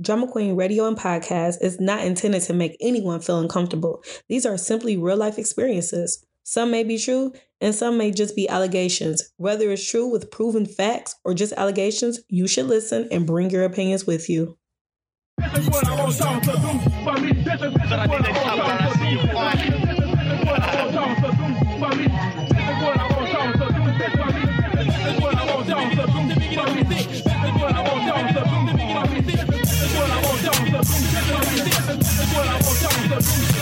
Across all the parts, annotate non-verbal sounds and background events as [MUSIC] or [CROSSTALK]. Drama Queen Radio and Podcast is not intended to make anyone feel uncomfortable. These are simply real life experiences. Some may be true, and some may just be allegations. Whether it's true with proven facts or just allegations, you should listen and bring your opinions with you. This is what I want y'all to do for me. This is, this is what I want y'all to do for me. This is what I want y'all to do for me. This is what I want y'all to do for me. This is what I want y'all to do for me. This is what I want y'all to do for me. This is what I want y'all to do for me. This is what I want y'all to do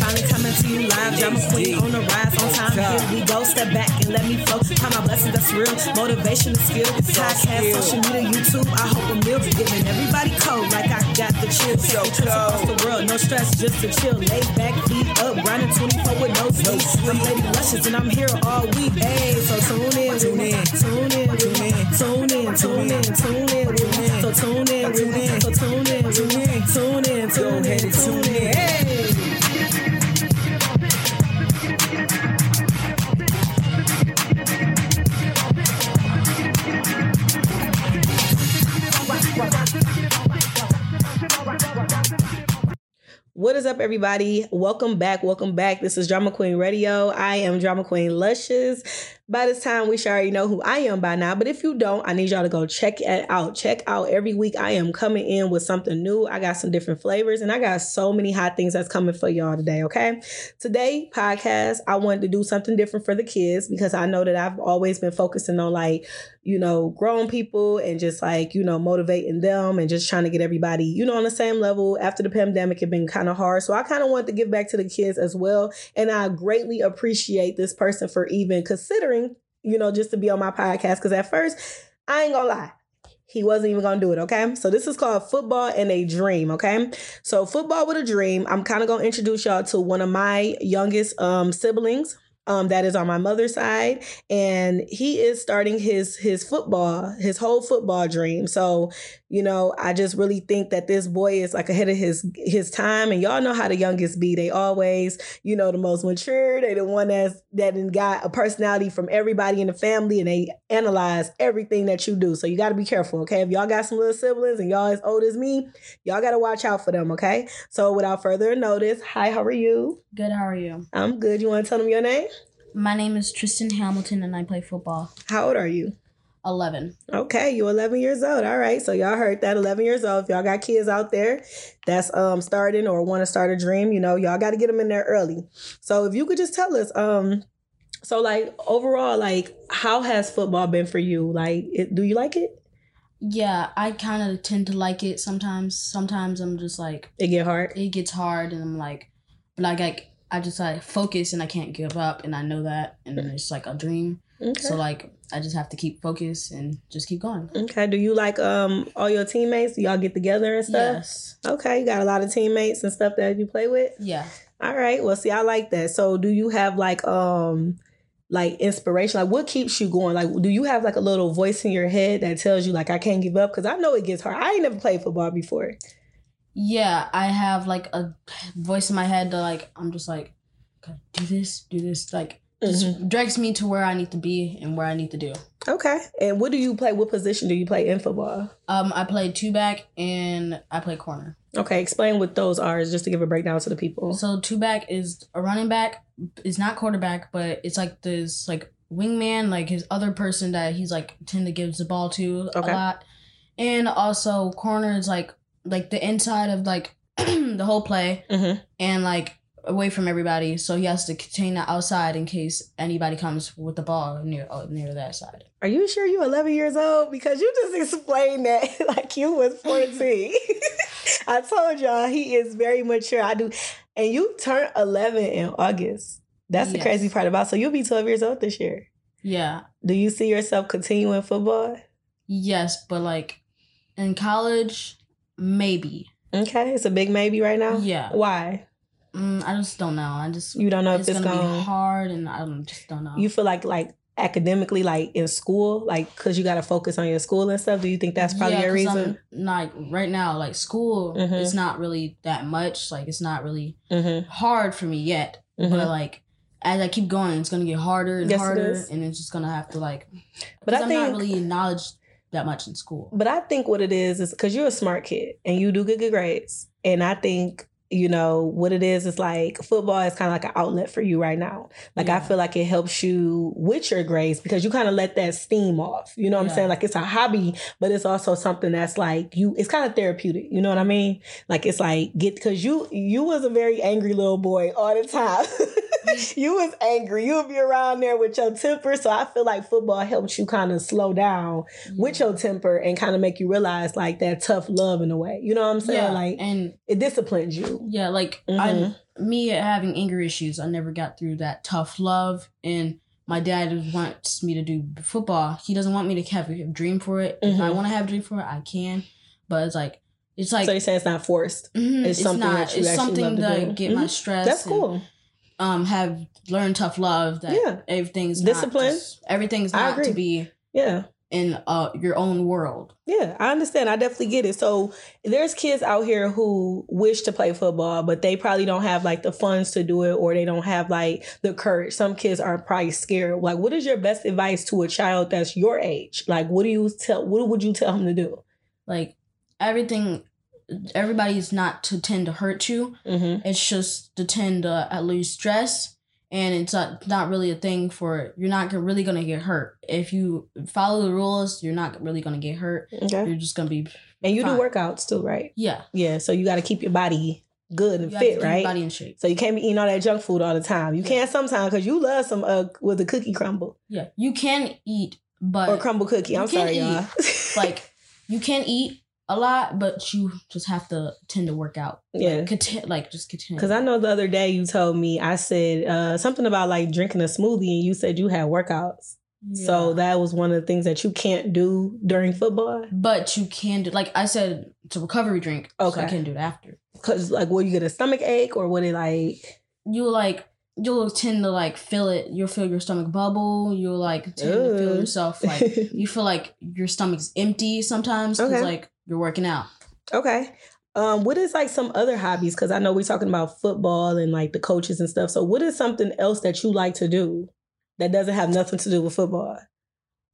Finally coming to you live, drama queen on the rise, on time. Here we go, step back and let me flow. Find my blessings, that's real. Motivation is skill. Podcast, social media, YouTube. I hope a meal's giving everybody cold, like I got the chills. So trips across the world, no stress, just to chill. Lay back, feet up, grinding 24 with no sleep. I'm Lady Luscious and I'm here all week. Hey, so tune in, tune in, tune in, tune in, tune in, tune in, tune in, with me. so tune in, tune in, so tune in, tune in, tune in, tune in, tune in. Hey. What is up, everybody? Welcome back. Welcome back. This is Drama Queen Radio. I am Drama Queen Luscious. By this time, we should already know who I am by now. But if you don't, I need y'all to go check it out. Check out every week. I am coming in with something new. I got some different flavors, and I got so many hot things that's coming for y'all today. Okay. Today, podcast, I wanted to do something different for the kids because I know that I've always been focusing on like, you know, grown people and just like, you know, motivating them and just trying to get everybody, you know, on the same level. After the pandemic, it been kind of hard. So I kind of want to give back to the kids as well. And I greatly appreciate this person for even considering, you know, just to be on my podcast. Because at first, I ain't gonna lie. He wasn't even gonna do it, okay? So, this is called Football and a Dream, okay? So, Football with a Dream, I'm kind of gonna introduce y'all to one of my youngest um, siblings um, that is on my mother's side, and he is starting his his football, his whole football dream. So, you know, I just really think that this boy is like ahead of his his time, and y'all know how the youngest be. They always, you know, the most mature. They the one that's that done got a personality from everybody in the family, and they analyze everything that you do. So you got to be careful, okay? If y'all got some little siblings and y'all as old as me, y'all got to watch out for them, okay? So without further notice, hi, how are you? Good, how are you? I'm good. You want to tell them your name? My name is Tristan Hamilton and I play football. How old are you? 11. Okay, you're 11 years old. All right, so y'all heard that 11 years old. If y'all got kids out there that's um starting or want to start a dream, you know, y'all got to get them in there early. So if you could just tell us, um, so like overall, like how has football been for you? Like, it, do you like it? Yeah, I kind of tend to like it sometimes. Sometimes I'm just like, It get hard. it gets hard and I'm like, but I like, I just like focus and I can't give up and I know that and it's like a dream. Okay. So like, I just have to keep focus and just keep going. okay. Do you like um all your teammates? Do y'all get together and stuff? Yes. Okay, you got a lot of teammates and stuff that you play with. Yeah. All right. Well, see, I like that. So, do you have like um like inspiration? Like, what keeps you going? Like, do you have like a little voice in your head that tells you like I can't give up? Because I know it gets hard. I ain't never played football before. Yeah, I have like a voice in my head that like I'm just like, "Okay, do this, do this, like just directs me to where I need to be and where I need to do. Okay. And what do you play? What position do you play in football? Um, I play two back and I play corner. Okay, explain what those are, just to give a breakdown to the people. So two back is a running back. It's not quarterback, but it's like this like wingman, like his other person that he's like tend to gives the ball to Okay. a lot. And also corner is like like the inside of like [CLEARS THROAT] the whole play hmm and like away from everybody. So he has to contain the outside in case anybody comes with the ball near uh, near that side. Are you sure you're 11 years old? Because you just explained that [LAUGHS] like you was 14. [LAUGHS] I told y'all he is very mature. I do, and you turn 11 in August. That's the Yes. crazy part about. So you'll be 12 years old this year. Yeah. Do you see yourself continuing football? Yes, but like in college, maybe. Okay, it's a big maybe right now. Yeah. Why? Mm, I just don't know. I just You don't know it's, if it's gonna going. be to hard, and I don't, just don't know. You feel like like academically, like in school, like because you got to focus on your school and stuff. Do you think that's probably Yeah, your 'cause I'm reason? Like right now, like school, Mhm. it's not really that much. Like it's not really Mm-hmm. hard for me yet. But like as I keep going, it's gonna get harder and Yes, it harder, is. and it's just gonna have to like. But I am think not really knowledge that much in school. But I think what it is is because you're a smart kid and you do good, good grades. And I think, you know, what it is is like football is kind of like an outlet for you right now. Like, I Yeah. feel like it helps you with your grades because you kind of let that steam off. You know what I'm Yeah. saying? Like, it's a hobby, but it's also something that's like you, it's kind of therapeutic. You know what I mean? Like, it's like get, because you, you was a very angry little boy all the time. [LAUGHS] you was angry. You would be around there with your temper. So I feel like football helps you kind of slow down with your temper and kind of make you realize like that tough love in a way. You know what I'm saying? yeah, Like and it disciplines you. yeah, like Mhm. I, me having anger issues, I never got through that tough love. And my dad wants me to do football. He doesn't want me to have a dream for it. If I Mhm. want to have a dream for it, I can. But it's like it's like so you say it's not forced. mhm, it's something that you it's actually something love to that do. Mm-hmm. get my stress. That's and, cool. um, have learned tough love. That Yeah. everything's Discipline. Not just, everything's I not to agree. be Yeah. in uh your own world. Yeah, I understand. I definitely get it. So there's kids out here who wish to play football, but they probably don't have like the funds to do it or they don't have like the courage. Some kids are probably scared. Like what is your best advice to a child that's your age? Like what do you tell what would you tell him to do? Like everything, everybody's not to tend to hurt you. Mm-hmm. It's just to tend to at least stress, and it's not, not really a thing for you're not gonna- really gonna get hurt if you follow the rules. You're not really gonna get hurt. Okay. You're just gonna be And you do Fine. workouts too, right? yeah. Yeah, so you got to keep your body good you and have to fit, keep your right? Body in shape. so you can't be eating all that junk food all the time. You Yeah. can sometimes because you love some uh with the cookie crumble Yeah, you can eat, but or crumble cookie. you I'm can sorry, y'all. [LAUGHS] like you can eat a lot, but you just have to tend to work out. yeah, Conti- like mm. just continue. because I know the other day you told me I said uh something about like drinking a smoothie, and you said you had workouts. Yeah. So that was one of the things that you can't do during football but you can do like I said, it's a recovery drink. so I Okay. can do it after. because like, will you get a stomach ache or what? It like You like you'll tend to like feel it. You'll feel your stomach bubble. You'll like tend to feel Ooh. [LAUGHS] yourself like you feel like your stomach's empty sometimes because Okay. like you're working out. Okay. Um, what is like some other hobbies? Because I know we're talking about football and like the coaches and stuff. So what is something else that you like to do that doesn't have nothing to do with football?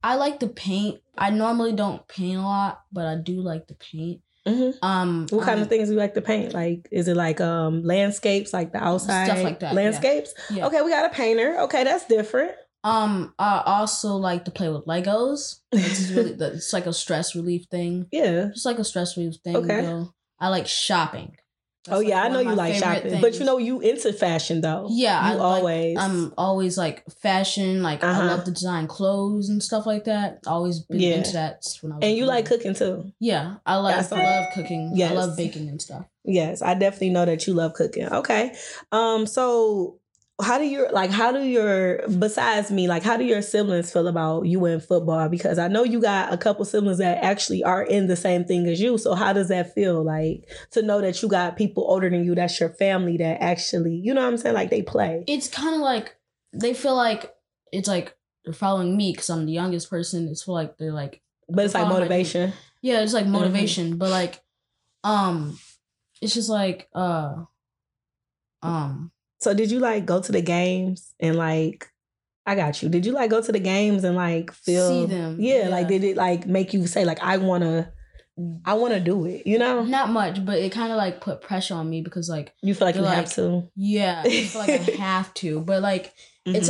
I like to paint. I normally don't paint a lot, but I do like to paint. hmm Um, What kind I'm- of things do you like to paint? Like, is it like um landscapes, like the outside like that, yeah. landscapes? Yeah. Okay, we got a painter. Okay, that's different. Um, I also like to play with Legos. It's just really that- it's like a stress relief thing. Yeah. Just like a stress relief thing. Okay. though. I like shopping. That's, oh yeah, like, I one know of you my like favorite shopping, but you things. know you into fashion though. Yeah, you I like- um, always. I'm always like fashion. Like Uh-huh. I love to design clothes and stuff like that. I always been Yeah. into that since when I was. and you little. like cooking too. Yeah, I That's like all. I love cooking. Yes. I love baking and stuff. Yes, I definitely know that you love cooking. Okay. Um so how do your like how do your besides me like how do your siblings feel about you in football because I know you got a couple siblings that actually are in the same thing as you so how does that feel like to know that you got people older than you that's your family that actually you know what I'm saying like they play It's kind of like they feel like it's like they're following me because I'm the youngest person. It's like they're like but it's like Oh, my- motivation Yeah, it's like Mm-hmm. motivation, but like, um, it's just like, uh, um, so did you like go to the games and like I got you did you like go to the games and like feel See them, yeah, like yeah. did it like make you say like I want to I want to do it you know not much, but it kind of like put pressure on me because like, You feel like you Like, have to. Mm-hmm. yeah, I feel like I [LAUGHS] have to, but like, it's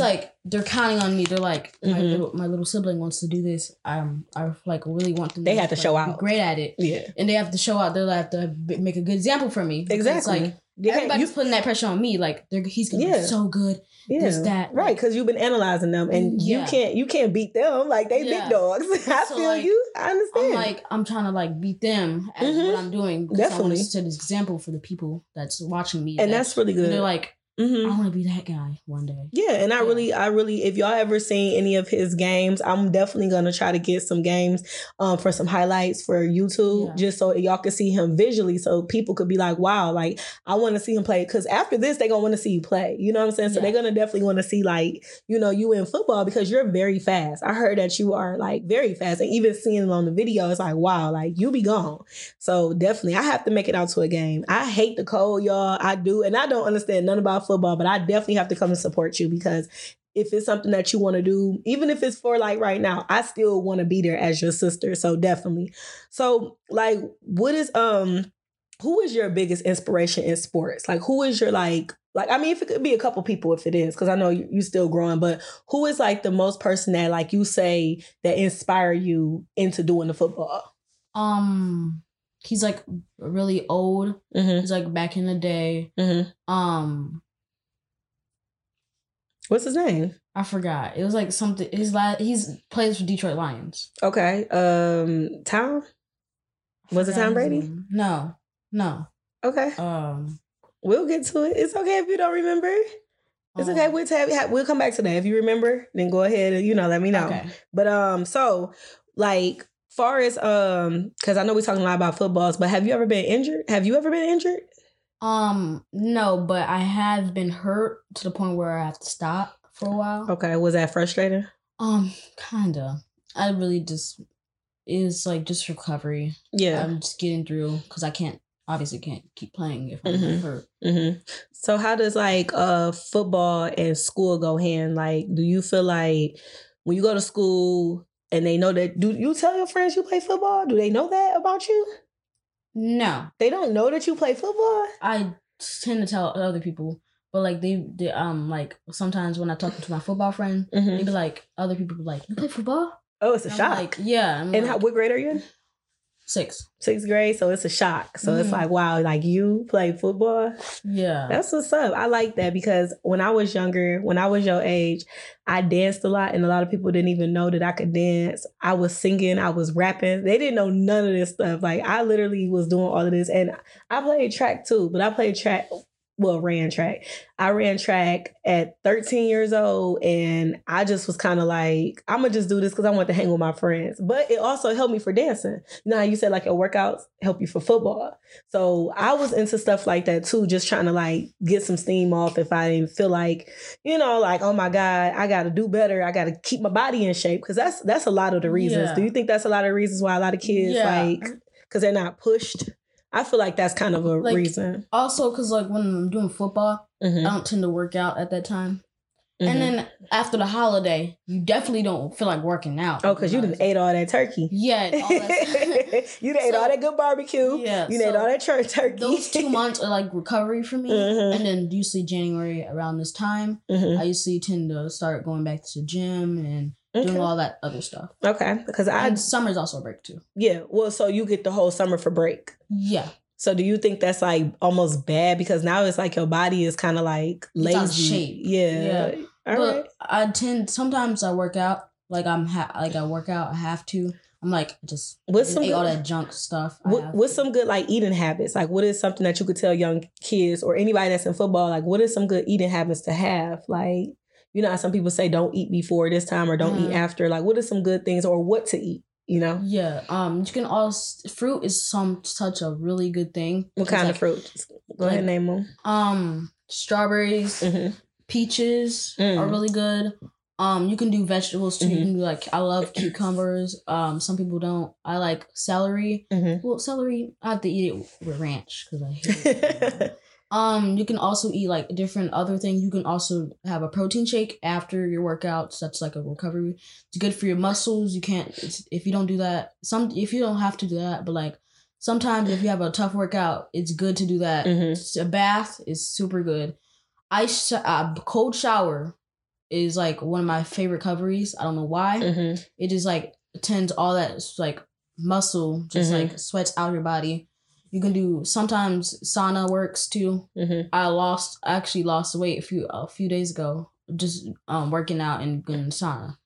Mm-hmm. like they're counting on me. They're like, my, Mhm. little, my little sibling wants to do this. Um, I like really want them. They have to like, show be out. great at it, yeah, and they have to show out. They have to b- make a good example for me. because, exactly. Like You can't- everybody's you- putting that pressure on me. Like they're, he's gonna Yeah. be so good. yeah. this, that, right? like- Because you've been analyzing them, and you Yeah. can't you can't beat them. Like they Yeah. big dogs. [LAUGHS] I So, feel like, you. I I'm understand. like I'm trying to like beat them at Mhm. what I'm doing. because I want Definitely. to set this example for the people that's watching me. and that- that's really good. they're like, I Mhm. want to be that guy one day. Yeah, and I Yeah. really, I really, if y'all ever seen any of his games, I'm definitely gonna try to get some games um, for some highlights for YouTube, Yeah. just so y'all can see him visually, so people could be like, "Wow, like I want to see him play." Because after this, they gonna want to see you play. You know what I'm saying? So Yeah. they're gonna definitely want to see like you know you in football because you're very fast. I heard that you are like very fast, and even seeing it on the video, it's like, wow, like you be gone. So definitely, I have to make it out to a game. I hate the cold, y'all. I do, and I don't understand none about football, but I definitely have to come and support you because if it's something that you want to do, even if it's for like right now, I still want to be there as your sister. So definitely. So like, what is um, who is your biggest inspiration in sports? Like, who is your like like I mean, if it could be a couple people, if it is, because I know you, you still growing, but who is like the most person that like you say that inspire you into doing the football? Um, he's like really old. Mm-hmm. He's like back in the day. Mm-hmm. Um, What's his name? I forgot. It was like something. His last. He's plays for Detroit Lions. Okay, um, Tom. I Was it forgot Tom his Brady? name. No, no. Okay, Um, we'll get to it. It's okay if you don't remember. It's um, okay. We'll tab- ha- we'll come back to that if you remember. Then go ahead and you know let me know. Okay. But um, so like far as um, because I know we're talking a lot about footballs, but have you ever been injured? Have you ever been injured? Um, no, but I have been hurt to the point where I have to stop for a while. Okay, was that frustrating? Um, kinda. I really just it's like just recovery. Yeah. I'm just getting through because I can't obviously can't keep playing if I'm Mhm. hurt. hmm So how does like uh football and school go hand? Like, do you feel like when you go to school and they know that do you tell your friends you play football? Do they know that about you? No, They don't know that you play football? I tend to tell other people, but like they, they um like sometimes when I talk to my football friend, Mm-hmm. they be like other people be like, "You play football?" Oh, it's a And I'm shock. Like, yeah. I'm and like, how what grade are you in? six? Sixth grade, so it's a shock. So it's Mhm. like, wow, like you play football. Yeah. That's what's up. I like that because when I was younger, when I was your age, I danced a lot, and a lot of people didn't even know that I could dance. I was singing, I was rapping. They didn't know none of this stuff. Like I literally was doing all of this, and I played track too, but I played track. Well, ran track. I ran track at 13 years old, and I just was kind of like, I'm gonna just do this because I want to hang with my friends. But it also helped me for dancing. Now you said like your workouts help you for football. So I was into stuff like that too, just trying to like get some steam off if I didn't feel like, you know, like, oh my God, I gotta do better. I gotta keep my body in shape. Cause that's that's a lot of the reasons. Yeah. Do you think that's a lot of reasons why a lot of kids Yeah. like cause they're not pushed? I feel like that's kind of a Like- reason. Also, because like when I'm doing football, Mhm, I don't tend to work out at that time. mhm. And then after the holiday, you definitely don't feel like working out. oh, cause you Like, didn't ate all that turkey. you [LAUGHS] Yeah. and all done that- [LAUGHS] ate all So- that good barbecue. yeah. you done ate so all that church turkey. [LAUGHS] [LAUGHS] Those two months are like recovery for me. Mhm. And then usually January around this time, Mhm. I usually tend to start going back to the gym and doing Okay. all that other stuff. Mm-hmm. okay, because I And summer's also a break too. yeah. Well, so you get the whole summer for break. Yeah. So do you think that's like almost bad because now it's like your body is kind of like It's lazy? out of shape. Yeah. Yeah. All right. but I tend sometimes I work out. Like I'm ha- like I work out, I have to. I'm like just What's just some ate all good- that junk stuff. I What, have what's to. some good like eating habits? Like what is something that you could tell young kids or anybody that's in football? Like what is some good eating habits to have? Like you know, how some people say don't eat before this time or don't eat Mhm. after. Like what are some good things or what to eat? You know, Yeah, um, you can all fruit is some such a really good thing. what It's kind like, of fruit? Just Go ahead, like- name them. Um, strawberries, Mm-hmm. peaches Mm. are really good. Um, you can do vegetables too. Mhm. You can do like I love cucumbers. Um, some people don't. I like celery. Mhm. Well, celery I have to eat it with ranch because I [LAUGHS] hate it. um, you can also eat like different other things. You can also have a protein shake after your workouts. That's like a recovery. It's good for your muscles. You can't it's, if you don't do that. Some if you don't have to do that, but like sometimes if you have a tough workout, it's good to do that Mhm. s- a bath is super good. Ice sh- uh, cold shower is like one of my favorite recoveries. I don't know why. Mhm. It just like tends all that s- like muscle just Mhm. like sweats out your body. You can do sometimes sauna works too. Mhm. I lost I actually lost weight a few a few days ago just um working out and going to sauna.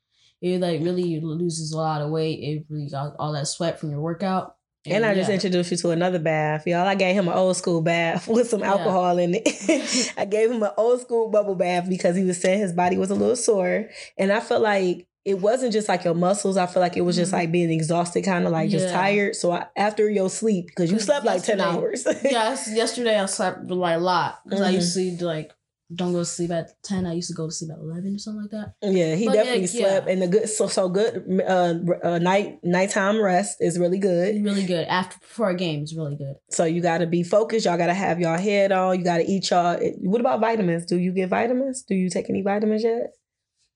It like really loses a lot of weight. It really got all that sweat from your workout. And I just [LAUGHS] yeah. introduced you to another bath, y'all. I gave him an old school bath [LAUGHS] with some Yeah. alcohol in [LAUGHS] it. I gave him an old school bubble bath because he was saying his body was a little sore, and I felt like it wasn't just like your muscles. I feel like it was just Mhm. like being exhausted, kind of like just Yeah. tired. So I, after your sleep, because you 'Cause slept like ten yesterday- hours. [LAUGHS] yes, yesterday I slept like a lot because I Mhm. used to like don't go to sleep at ten. I used to go to sleep at eleven or something like that. Yeah, he But, definitely like, yeah. slept, and the good so so good uh, uh, night nighttime rest is really good. It's really good after before a game. It's really good. So you got to be focused. Y'all got to have y'all head on. You got to eat y'all. What about vitamins? Do you get vitamins? Do you take any vitamins yet?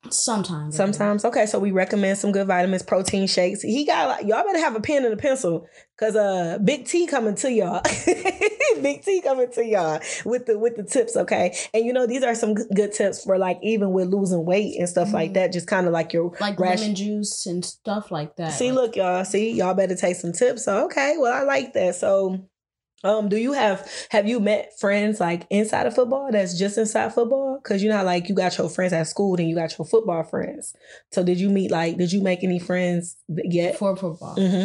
Sometimes. Sometimes. Okay, so we recommend some good vitamins, protein shakes. He got like, y'all better have a pen and a pencil cuz uh Big T coming to y'all. [LAUGHS] Big T coming to y'all with the with the tips, okay? And you know these are some g- good tips for like even with losing weight and stuff like Mhm. that, just kind of like your Like Ration- lemon juice and stuff like that. See, like, look, y'all. See, y'all better take some tips. So, okay, well, I like that. So, um, do you have have you met friends like inside of football that's just inside football? Because you know, how, like you got your friends at school, then you got your football friends. So, did you meet like did you make any friends th- yet? for football. hmm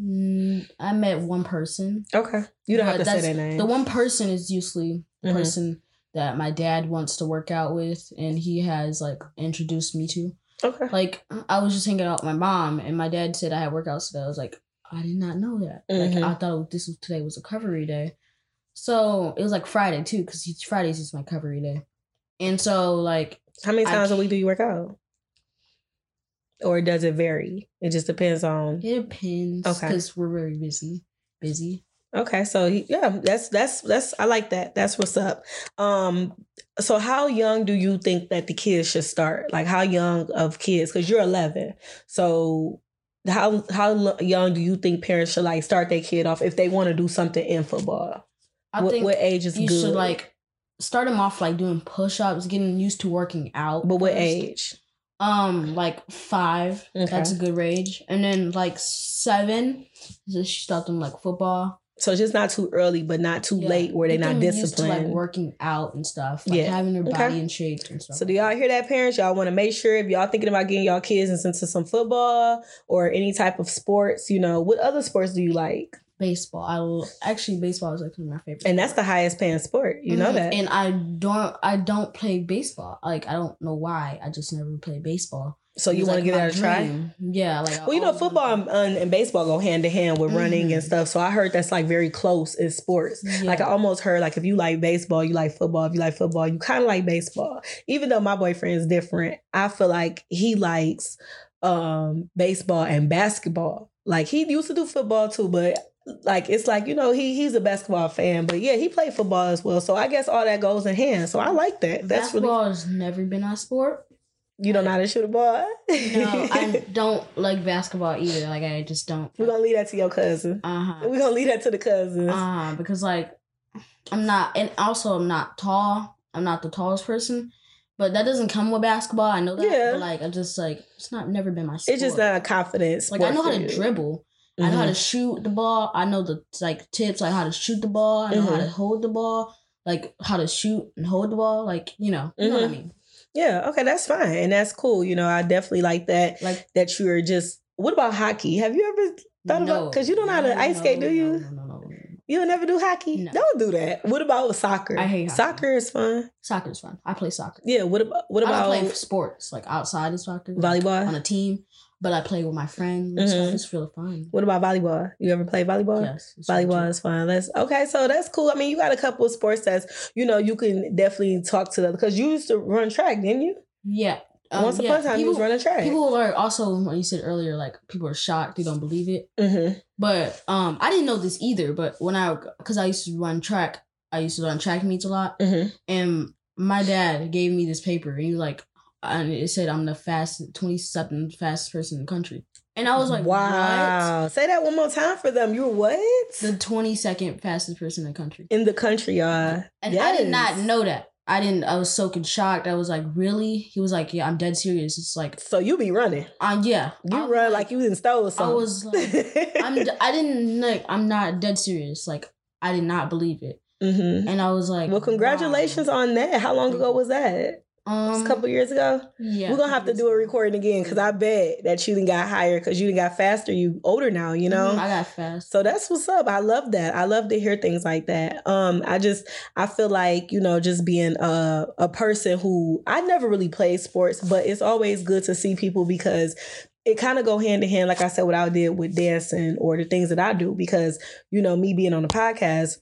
Mm, I met one person. Okay, you don't have to But say that's their name. The one person is usually the Mhm. person that my dad wants to work out with, and he has like introduced me to. Okay, Like I was just hanging out with my mom, and my dad said I had workouts today. I was like, I did not know that. Mhm. Like I thought this was today was recovery day. So it was like Friday too, because Fridays is my recovery day. And so like how many I times a week do you work out? Or does it vary? It just depends on. it depends, Okay. because we're very busy, busy. Okay, so he, yeah, that's that's that's I like that. That's what's up. Um, so how young do you think that the kids should start? Like how young of kids? Because you're 11, so how how lo- young do you think parents should like start their kid off if they want to do something in football? I what, think what age is you good? should like start them off like doing push-ups, getting used to working out. but what first. age? Um, like five. Okay. That's a good range, and then like seven. Just start them like football. So just not too early, but not too Yeah. late where they're Get not them used to, disciplined. like working out and stuff, like Yeah. having their Okay. body in shape and stuff. So do y'all hear that, parents? Y'all want to make sure if y'all thinking about getting y'all kids into some football or any type of sports, you know, what other sports do you like? baseball? I will actually baseball is like one of my favorite, And that's the highest paying sport. You know Mhm. that. And I don't, I don't play baseball. Like I don't know why. I just never played baseball. so you It's, want to like, give my that a try? dream. Oh. Yeah, like I Well, you know, always wanted football um, to- and, and- and baseball go hand to hand with running and Mhm. stuff. So I heard that's like very close in sports. Like I Yeah. almost heard like if you like baseball, you like football. If you like football, you kind of like baseball. Even though my boyfriend's different, I feel like he likes um baseball and basketball. Like he used to do football too, but like it's like you know he he's a basketball fan, but yeah, he played football as well. So I guess all that goes in hand. So I like that. That's basketball has never been my sport. really you don't know how to shoot a ball. No, [LAUGHS] I don't like basketball either. Like I just don't. We're gonna leave that to your cousin. Uh huh. We're gonna leave that to the cousins. Uh, because like I'm not, and also I'm not tall. I'm not the tallest person, but that doesn't come with basketball. I know that. Yeah. But like I just like it's not never been my. Sport. it's just not a confidence. Mm-hmm. like I know how to dribble. I know how to shoot the ball. I know the like tips, like how to shoot the ball. I know how Mhm. to hold the ball, like how to shoot and hold the ball. Like you know, you know what I mean. Yeah, okay, that's fine. And that's cool. You know, I definitely like that Like that you're just what about hockey? Have you ever Thought about- no, 'cause you don't know how to no, ice skate, no, do you? No, no, no, no, no. you'll never do hockey? No. Don't do that. What about soccer? I hate hockey. soccer is fun. Soccer's fun. I play soccer. Yeah, what about what I about don't play sports like outside of soccer. like, on volleyball? a team, but I play with my friends and Mhm. stuff. It's really fun. What about volleyball? You ever play volleyball? Yes, it's fun Volleyball too. is fine. Let's okay. So that's cool. I mean, you got a couple of sports that's you know you can definitely talk to them because you used to run track, didn't you? Yeah. Um, Once yeah, upon a time, people, you was running track. People are also when you said earlier, like people are shocked they don't believe it. hmm But um, I didn't know this either. But when I, because I used to run track, I used to run track meets a lot, hmm and my dad gave me this paper, and he was like, and it said I'm the fast twenty something fastest person in the country, and I was like, wow, wow. Say that one more time for them. You're what? the twenty second fastest person in the country. in the country, y'all. And I did not know that. I didn't. I was soaking shocked. I was like, really? He was like, yeah, I'm dead serious. It's like, So you be running. um, yeah, You I was run like, you didn't stole [LAUGHS] I something. was like, [LAUGHS] I'm. d- I didn't like. I'm not dead serious. Like, I did not believe it, Mhm. and I was like, Well, congratulations on that. How long ago was that? wow. Just Um, a couple years ago. yeah, We're gonna have to do a recording again because I bet that you didn't got higher because you didn't got faster. You older now, you know. Mhm, I got fast. So that's what's up. I love that. I love to hear things like that. Um, I just I feel like you know just being a a person who I never really played sports, but it's always good to see people because it kind of go hand in hand. Like I said, what I did with dancing or the things that I do because you know me being on the podcast.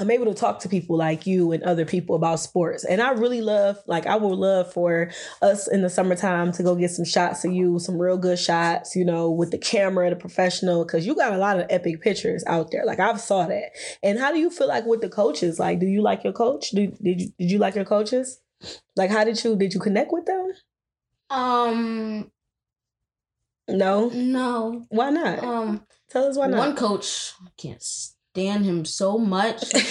I'm able to talk to people like you and other people about sports. And I really love, like, I would love for us in the summertime to go get some shots of you, some real good shots, you know, with the camera, the professional, because you got a lot of epic pictures out there. Like I've saw that. And how do you feel like with the coaches? Like, do you like your coach? Do, did you did you like your coaches? Like, how did you did you connect with them? Um, No. [LAUGHS] no. Why not? Um, Tell us why not. one coach I can't stand him so much. [LAUGHS]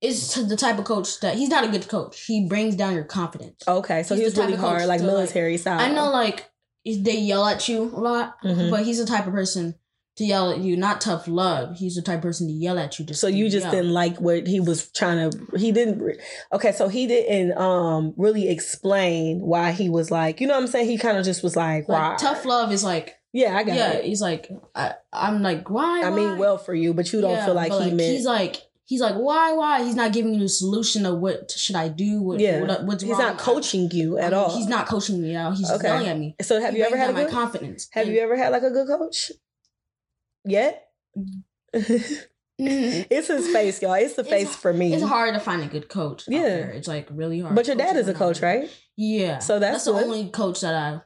He is the type of coach that he's not a good coach. He brings down your confidence. okay, so he's he was the type really of coach hard, like to, like- military style. I know, like they yell at you a lot, Mhm. but he's the type of person to yell at you. Not tough love. He's the type of person to yell at you. Just So to you just yell. didn't like what he was trying to. He didn't. re- Okay, so he didn't um really explain why he was like. You know what I'm saying? He kind of just was like, Like, "Why?" tough love is like Yeah, I got yeah. it. He's like I, I'm like why? I why? mean, well for you, but you don't Yeah, feel like he but, meant. He's like he's like why why? He's not giving you the solution of what should I do? What, Yeah. what- what's he's wrong? not coaching you at I mean, all. He's not coaching me now. He's just Okay. yelling at me. So have He you ever brings had a down my good? confidence? Have you ever [LAUGHS] had like a good coach? Yet. [LAUGHS] it's ever? his face, y'all. It's the It's face h- for me. [LAUGHS] It's hard to find a good coach. Yeah, Mm-hmm. Yeah. it's like really hard. But your dad Coaches is a are not coach, good. right? Yeah. So that's the good. only coach that I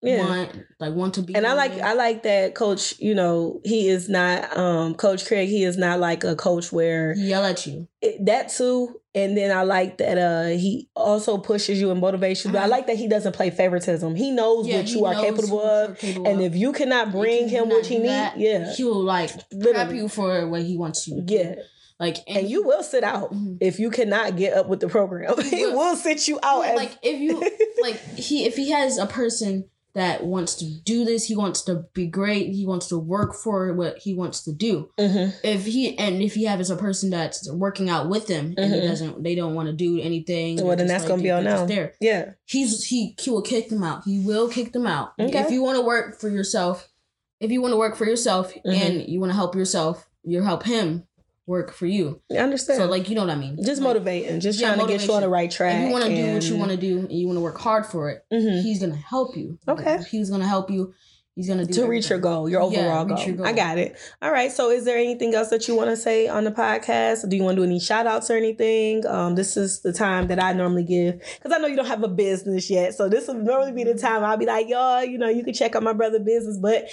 Yeah. want, like want to be. and I one like day. I like that coach, you know, he is not um coach Craig, he is not like a coach where He yell at you. it, that too and then I like that uh he also pushes you and motivates you. But I Mhm. like that he doesn't play favoritism. He knows Yeah, what he you are knows capable what of. you're capable And if you cannot bring you him not what he do need, that, yeah. he will like prep Literally. you for what he wants you. to do. Yeah. like And you will sit out Mhm. if you cannot get up with the program. [LAUGHS] He He will. will sit you out. Oh, as- [LAUGHS] like if you like he if he has a person that wants to do this, he wants to be great. He wants to work for what he wants to do. Mhm. If he and if he has a person that's working out with him and he Mhm. doesn't, they don't want to do anything. Well, then they're just that's gonna be they're on just them. There, Yeah. he's he he will kick them out. He will kick them out. Okay. If you want to work for yourself, if you want to work for yourself Mm-hmm. and you want to help yourself, you help him work for you. I understand. So like you know what I mean. just like, motivating, just yeah, trying to get you on the motivation. right track. If you want to do what you and- want to do and you want to work hard for it, Mhm. he's gonna help you. Okay. He's gonna help you. He's gonna do to reach your everything. goal, your Yeah, overall reach goal. your goal. I got it. All right. So, is there anything else that you want to say on the podcast? Do you want to do any shout outs or anything? Um, this is the time that I normally give because I know you don't have a business yet. So, this will normally be Mm-hmm. the time I'll be like, y'all, you know, you can check out my brother's business. But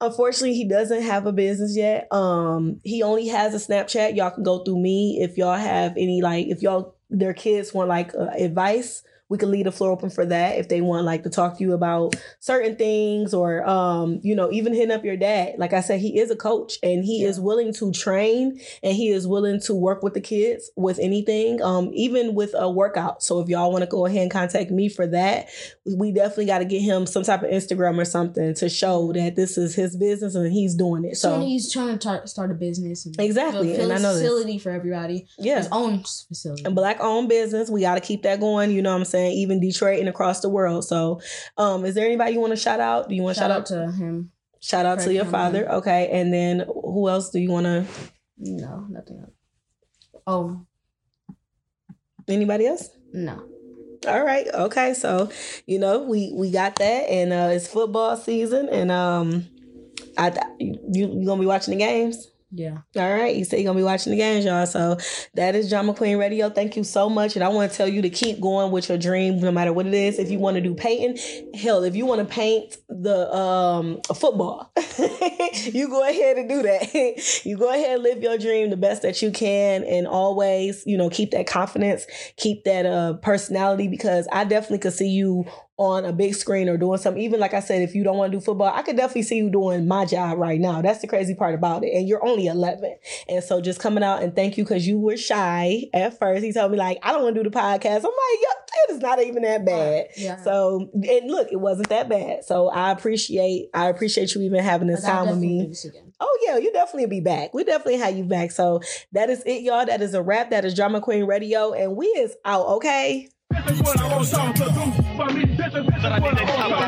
unfortunately, he doesn't have a business yet. Um, he only has a Snapchat. Y'all can go through me if y'all have any, like, if y'all, their kids want like uh, advice. We could leave the floor open for that if they want like to talk to you about certain things or um you know even hitting up your dad like i said he is a coach and he Yeah. is willing to train and he is willing to work with the kids with anything um even with a workout so if y'all want to go ahead and contact me for that we definitely got to get him some type of instagram or something to show that this is his business and he's doing it Soon so he's trying to tar- start a business. And Exactly, build and I know this. facility for everybody. yeah His own s- facility. and black owned business we got to keep that going you know what i'm saying even detroit and across the world so um is there anybody you want to shout out do you want to shout out to him. Shout out to Craig your Hamlin. father. Okay. And then who else do you want to? No, nothing else. Oh Anybody else? no. All right. Okay. So, you know, we we got that, and uh, it's football season, and um, I you you gonna be watching the games. Yeah. All right, you say you're gonna be watching the games, y'all. So that is Drama Queen Radio. Thank you so much, and I want to tell you to keep going with your dream, no matter what it is. If you want to do painting, hell, if you want to paint the um football, [LAUGHS] you go ahead and do that. [LAUGHS] you go ahead and live your dream the best that you can, and always, you know, keep that confidence, keep that uh personality, because I definitely could see you on a big screen or doing something. Even like I said, if you don't want to do football, I could definitely see you doing my job right now. That's the crazy part about it. And you're only 11. And so just coming out and thank you because you were shy at first. He told me, like, I don't want to do the podcast. I'm like, yo, it is not even that bad. Yeah. So and look, it wasn't that bad. So I appreciate I appreciate you even having this But I'll time with definitely me. do this again. Oh yeah, you definitely be back. We definitely have you back. So that is it, y'all. That is a wrap. That is Drama Queen Radio, and we is out. Okay. This is what I want y'all to do for me. This is, this is what I want y'all to do.